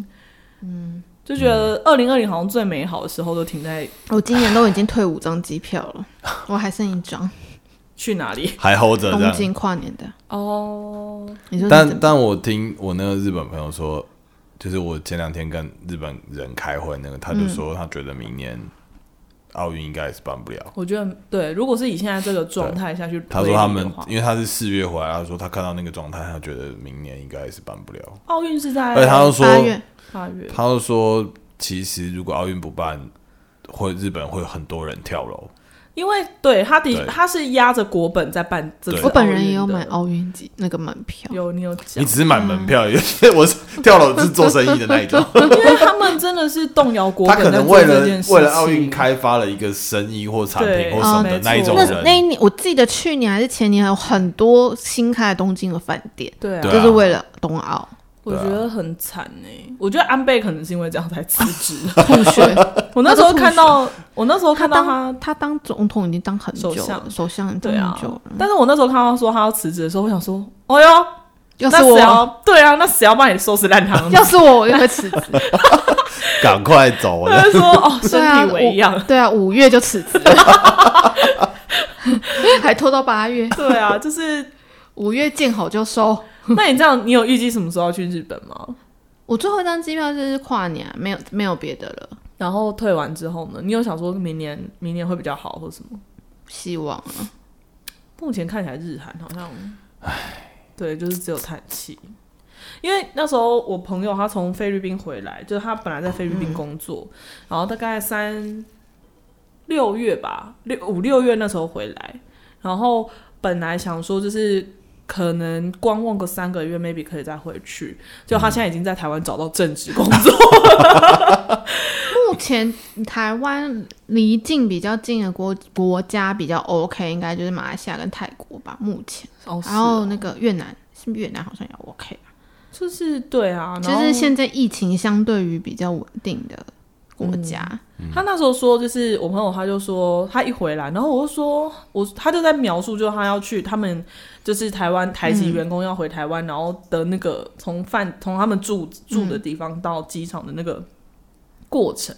B: 嗯，就觉
A: 嗯
B: 得二零二零好像最美好的时候都停在
C: 我今年都已经退五张机票 了，我还剩一张
B: 去哪里
A: 还 hold 着这
C: 东
A: 样。
C: 京跨年的。
B: 哦。
C: 你说你怎
A: 但
C: 么
A: 但我听我那个日本朋友说，就是我前两天跟日本人开会，那个他
B: 嗯
A: 就说他觉得明年奥运应该也是办不了。
B: 我觉得对，如果是以现在这个状态下去
A: 他
B: 推
A: 说
B: 理
A: 他
B: 的话，
A: 们因为他是四月回来，他说他看到那个状态，他觉得明年应该也是办不了。
B: 奥运是在
A: 而且他又说，
C: 八月
B: 哎八月，
A: 他又说其实如果奥运不办，会日本会有很多人跳楼。
B: 因为对他的
A: 对
B: 他是压着国本在办这次
A: 对
C: 我本人也有
B: 奥运的
C: 买，奥运机那个门票，
B: 有你有
A: 你
B: 讲，
A: 只是买
B: 嗯
A: 门票， 因为 我是跳楼是做生意的那一种。
B: 因为他们真的是动摇国
A: 他
B: 本
A: 可
B: 在
A: 能
B: 做
A: 为
B: 这
A: 了
B: 件事情，
A: 为了奥运开发了一个生意或产品
B: 对
A: 或什么的
B: 哦
A: 那一种
C: 那
B: 没
C: 那一
A: 人，
C: 年我记得去年还是前年，还有很多新开的东京的饭店，
B: 对啊，
A: 对
C: 就是为了冬奥
B: 我觉得很惨哎、我觉得安倍可能是因为这样才辞 职。
C: 吐血。
B: 我那时候看到，我那时候看到他
C: 当。他当总统已经当很久
B: 首
C: 了，
B: 相
C: 首相已经
B: 对啊
C: 很久了，，
B: 但是我那时候看到他说他要辞职的时候，我想说，哦哟，
C: 要
B: 那
C: 是
B: 谁
C: 我，
B: 要对啊，那谁要帮你收拾烂摊子？
C: 要是我，我也会 辞职。
A: 赶快走
B: 他
A: 了。
B: 就说哦，身
C: 对啊
B: 体为恙，
C: 对啊，五月就辞职了， 还拖到八月，
B: 对啊，就是
C: 五月见好就收。
B: 那你这样，你有预计什么时候要去日本吗？
C: 我最后一张机票就是跨年啊，没有没有别的了，
B: 然后退完之后呢？你有想说明年明年会比较好或什么？
C: 希望啊。
B: 目前看起来日韩好像，对，就是只有叹气。因为那时候我朋友他从菲律宾回来，就是他本来在菲律宾工作，然后大概三六月吧，六五六月那时候回来，然后本来想说就是可能观望个三个月，maybe 可以再回去，就他现在已经在台湾找到正职工作，
C: 目目前台湾离近比较近的国国家比较 OK，应该就是马来西亚跟泰国吧，目前。
B: 哦，是
C: 然后
B: 哦
C: 那个越南是不是越南好像也 OK，
B: 就是对啊，
C: 就
B: 然后
C: 是现在疫情相对于比较稳定的国家，
A: 嗯
B: 他那时候说，就是我朋友他就说他一回来，然后我就说我他就在描述，就是他要去他们就是台湾台籍员工要回台湾，然后的那个从饭从他们住住的地方到机场的那个。过程，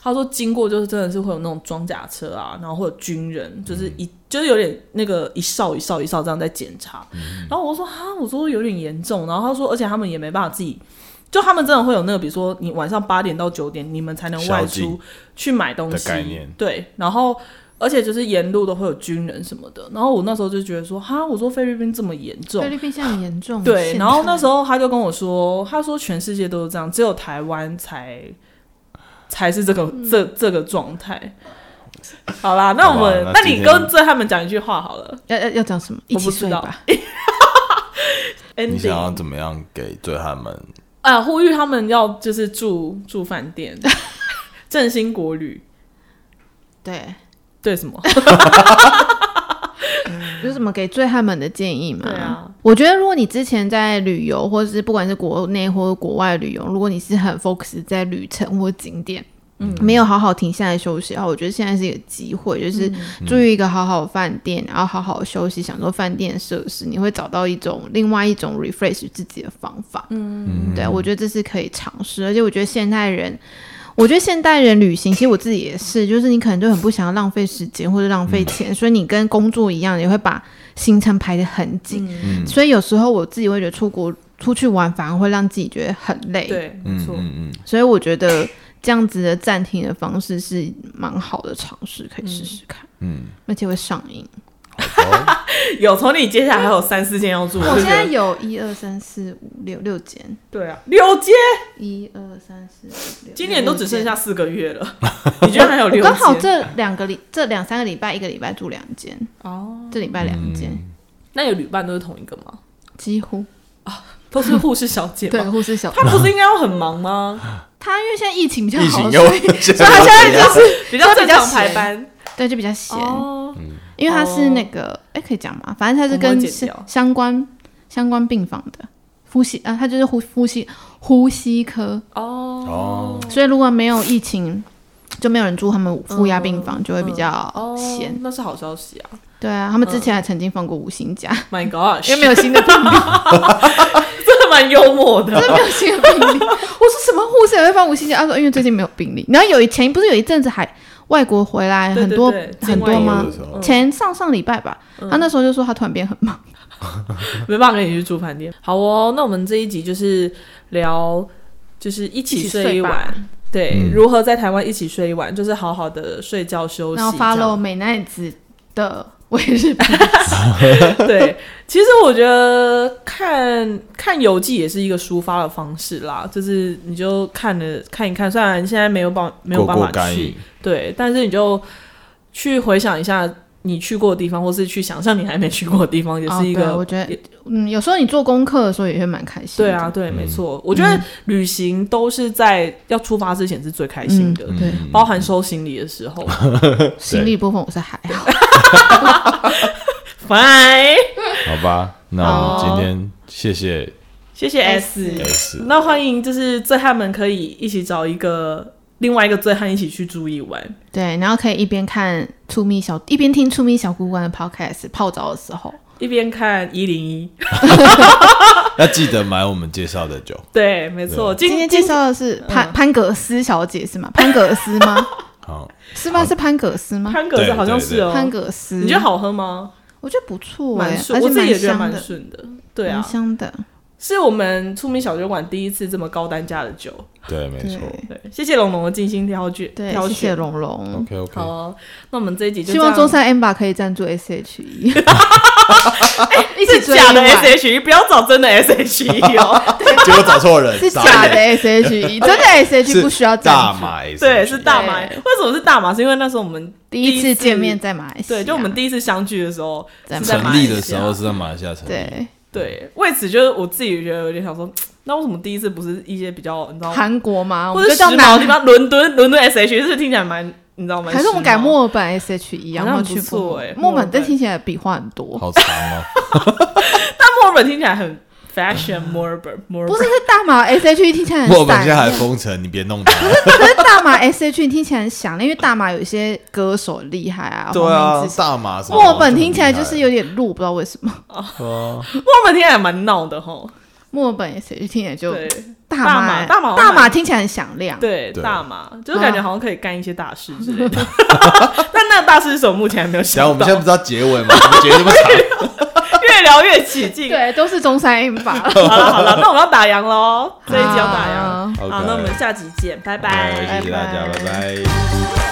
B: 他说经过就是真的是会有那种装甲车啊，然后会有军人，就是
A: 嗯
B: 一、就是有点那个一哨一哨一哨这样在检查。
A: 嗯
B: 然后我说哈，我说有点严重。然后他说，而且他们也没办法自己，就他们真的会有那个，比如说你晚上八点到九点，你们才能外
A: 宵禁
B: 出去买东西
A: 的概念
B: 对，然后而且就是沿路都会有军人什么的。然后我那时候就觉得说，哈，我说菲律宾这么严重
C: 菲，律宾现在很严重。
B: 哦对。然后那时
C: 候
B: 候他就跟我说，他说全世界都是这样，只有台湾才
C: 嗯
B: 才是这个、这这个状态。好啦，那我们
A: 好吧，
B: 那
A: 那
B: 你
A: 今天
B: 跟这他们讲一句话好了。
C: 要要要讲什么？一
B: 我不
C: 起
B: 知
C: 睡
B: 道
C: 吧。
A: 你想要
B: ending，
A: 怎么样给醉汉们？
B: 啊，呼吁他们要就是住住饭 店，振兴国旅，
C: 对，
B: 对什么？
C: 有什么给醉汉们的建议吗？
B: 对啊，
C: 我觉得如果你之前在旅游，或是不管是国内或者国外旅游，如果你是很 focus 在旅程或景点。嗯，没有好好停下来休息啊！我觉得现在是一个机会，就是住一个好好的饭店，然后好好休息，享受饭店的设施，你会找到一种另外一种 refresh 自己的方法。
A: 嗯，
C: 对，我觉得这是可以尝试，而且我觉得现代人，我觉得现代人旅行，其实我自己也是，就是你可能就很不想要浪费时间或者浪费钱，所以你跟工作一样，也会把行程排得很紧，
A: 嗯
C: 所以有时候我自己会觉得出国出去玩反而会让自己觉得很累，
B: 对，没
A: 嗯
B: 错。
A: 嗯嗯，
C: 所以我觉得这样子的暂停的方式是蛮好的尝试，可以试试看，
A: 嗯，
C: 而且会上瘾。
A: 好
B: 有，从你接下来还有三四件要住。
C: 我
B: 对
C: 现
B: 不
C: 在
B: 对
C: 有一二三四五六六间，
B: 对啊，六间，
C: 一二三四五六，
B: 今年都只剩
C: 下。
B: 下四个月了，你觉得还有
C: 我
B: 六间？
C: 刚好这两个礼，这两三个礼拜，一个礼拜住两间，
B: 哦，
C: 这礼拜两间，
A: 嗯
B: 那有旅伴都是同一个吗？
C: 几乎
B: 都是护士小姐
C: 对
B: 吗？
C: 护士小
B: 她不是应该要很忙吗？
C: 他因为现在疫情比较
A: 疫
C: 好，
A: 情
C: 所
A: 又
C: 以
A: 现
C: 所以他现在
A: 就
B: 比较正
C: 比较
B: 常排
C: 闲
B: 班
C: 对就比较闲，
B: 哦。
C: 因为他是那个哎可以讲嘛，反正他是
B: 我们
C: 跟
B: 会剪
C: 是
B: 掉
C: 相关相关病房的呼吸啊，他就是呼呼吸呼吸科，
B: 哦
C: 所以如果没有疫情。就没有人住他们负压病房，就会比较
B: 嗯哦，嗯
C: 闲。
B: 那是好消息啊
C: 对啊，他们之前还曾经放过五星假，
B: ！My God，
C: 因为没有新的病例，
B: 真的蛮幽默的
C: 真。的没有新的病例。 我说什么护士也会放五星假？他说因为最近没有病例。然后有一前不是有一阵子还外国回来
B: 对
C: 很
B: 对
C: 多
B: 对境
C: 很
B: 外嗯
C: 多
B: 游
C: 吗
A: 的？时候
C: 前上上礼拜吧，他那时候就说他突然变很忙。
B: 没办法跟你去住饭店。好哦，那我们这一集就是聊，就是一起睡一
C: 一起
B: 晚，对，
A: 嗯
B: 如何在台湾一起睡一晚，就是好好的睡觉休息
C: 然后
B: 这样。
C: follow 美奈子的我也是，
B: 对，其实我觉得看看游记也是一个抒发的方式啦，就是你就看了看一看，虽然现在没有办没有
A: 过
B: 办
A: 过
B: 法
A: 干
B: 去，
A: 瘾，
B: 对，但是你就去回想一下你去过的地方，或是去想象你还没去过的地方，也
C: 哦
B: 是一
C: 对
B: 个
C: 我觉得嗯，有时候你做功课的时候也会蛮开心。
B: 对啊，，对，没错。
A: 嗯
B: 我觉得旅行都是在要出发之前是最开心的，
C: 嗯对
A: 嗯
B: 包含收行李的时 候。
C: 心理部分我是还好。
B: 拜，
A: 好吧，那我们今天谢谢
B: 谢谢
C: 哎
B: S。
A: S，
B: 那欢迎就是醉汉们可以一起找一个另外一个醉汉一起去住一晚。
C: 对，然后可以一边看出咪小，一边听出咪小姑姑的 podcast，泡澡的时候。
B: 一边看一零一，
A: 要记得买我们介绍的酒，
B: 对，没错。今
C: 今天介绍的是潘
B: 嗯
C: 潘格斯小姐是吗？潘格斯 吗？
A: 好，
C: 是吗？是潘格斯吗？
B: 潘格斯
A: 对
B: 好像是哦，
C: 潘格斯，
B: 你觉得？好喝吗？
C: 我觉得不错
B: 蛮
C: 哎，而且
B: 顺，我自己也觉得
C: 香
B: 蛮
C: 的，
B: 顺的。对啊
C: 蛮，香的。
B: 是我们出名小酒馆第一次这么高单价的酒。
A: 对，没错
C: 对
B: 对，谢谢龙龙的精心挑选，
C: 对，
B: 挑
C: 谢谢
B: 选。
C: 龙龙。
A: ，OK OK，
B: 好哦，那我们这一集就
C: 希望
B: 这样
C: 中山 M 吧可以赞 助 SHE，一 起
B: 哎是
C: 追
B: 假的 E
C: 一晚
B: SHE，不要找真的 SHE 哦。
A: 结果找错人，
C: 是
A: 傻
C: 假的 E，
A: 眼
C: SHE，真的 SHE 不需要
A: 大
C: 赞助。
A: 马 S，
B: 对，是大麻。
C: 对
B: 为什么是大麻？是因为那时候我们
C: 第一次见面，在马来西亚，
B: 对，就我们第一次相聚的时候
C: 啊在
B: 是
C: 马
B: 在马
A: 成
B: 来
A: 立
B: 西亚
A: 的时候是在马来西亚成立，
C: 对
B: 对，为此就是我自己觉得有点想说，那为什么第一次不是一些比较你知道，
C: 韩国吗？我
B: 或
C: 们
B: 者
C: 就
B: 时
C: 叫
B: 哦髦的
C: 南
B: 地方，伦敦伦敦 S H 是不是听起来蛮你知道蛮时髦，
C: 还是我们改墨尔本 S H E 啊？
B: 好像
C: 我们
B: 不
C: 去
B: 错
C: 墨尔
B: 欸
C: 本墨尔
B: 墨尔本
C: 本，但听起来笔画很多。
A: 好长哦。
B: 那墨尔本听起来很 fashion，墨尔本墨尔
C: 不
B: 本
C: 是，是大马 S H E 听起来
A: 墨尔
C: 很
A: 本现在还
C: 闪。
A: 封城，你别弄它。
C: 可是大马 S H E 听起来很响亮，因为大马有一些歌手很厉害啊。
A: 对
C: 黄
A: 啊
C: 明
B: 哦
C: 志，
A: 大麻什么的。
C: 墨尔本听起来就是有点弱，不知道为什么。
A: 对啊。
B: 墨尔本听起来蛮闹的吼，
C: 墨尔本 S H E 听起来就
B: 对
C: 大
B: 大马大马
C: 马
B: 好像
C: 大马听起来很响亮。
B: 对啊
A: 对
B: 大麻，就是感觉好像可以干一些大事之类的。
C: 啊
B: 但那个大事是什么？目前还没有
A: 想啊我们现
B: 想到
A: 在，不知道结尾吗？怎么结这么长？
B: 越聊越起劲。
C: 对，都是中山英 吧。
B: 好了好了，那我们要打烊喽，这一集要打烊。
C: 好
B: 好，那我们
A: OK，
B: 下集见，拜
A: 对
B: 拜。
A: 谢谢大家，
C: 拜拜
A: 拜拜。
C: 拜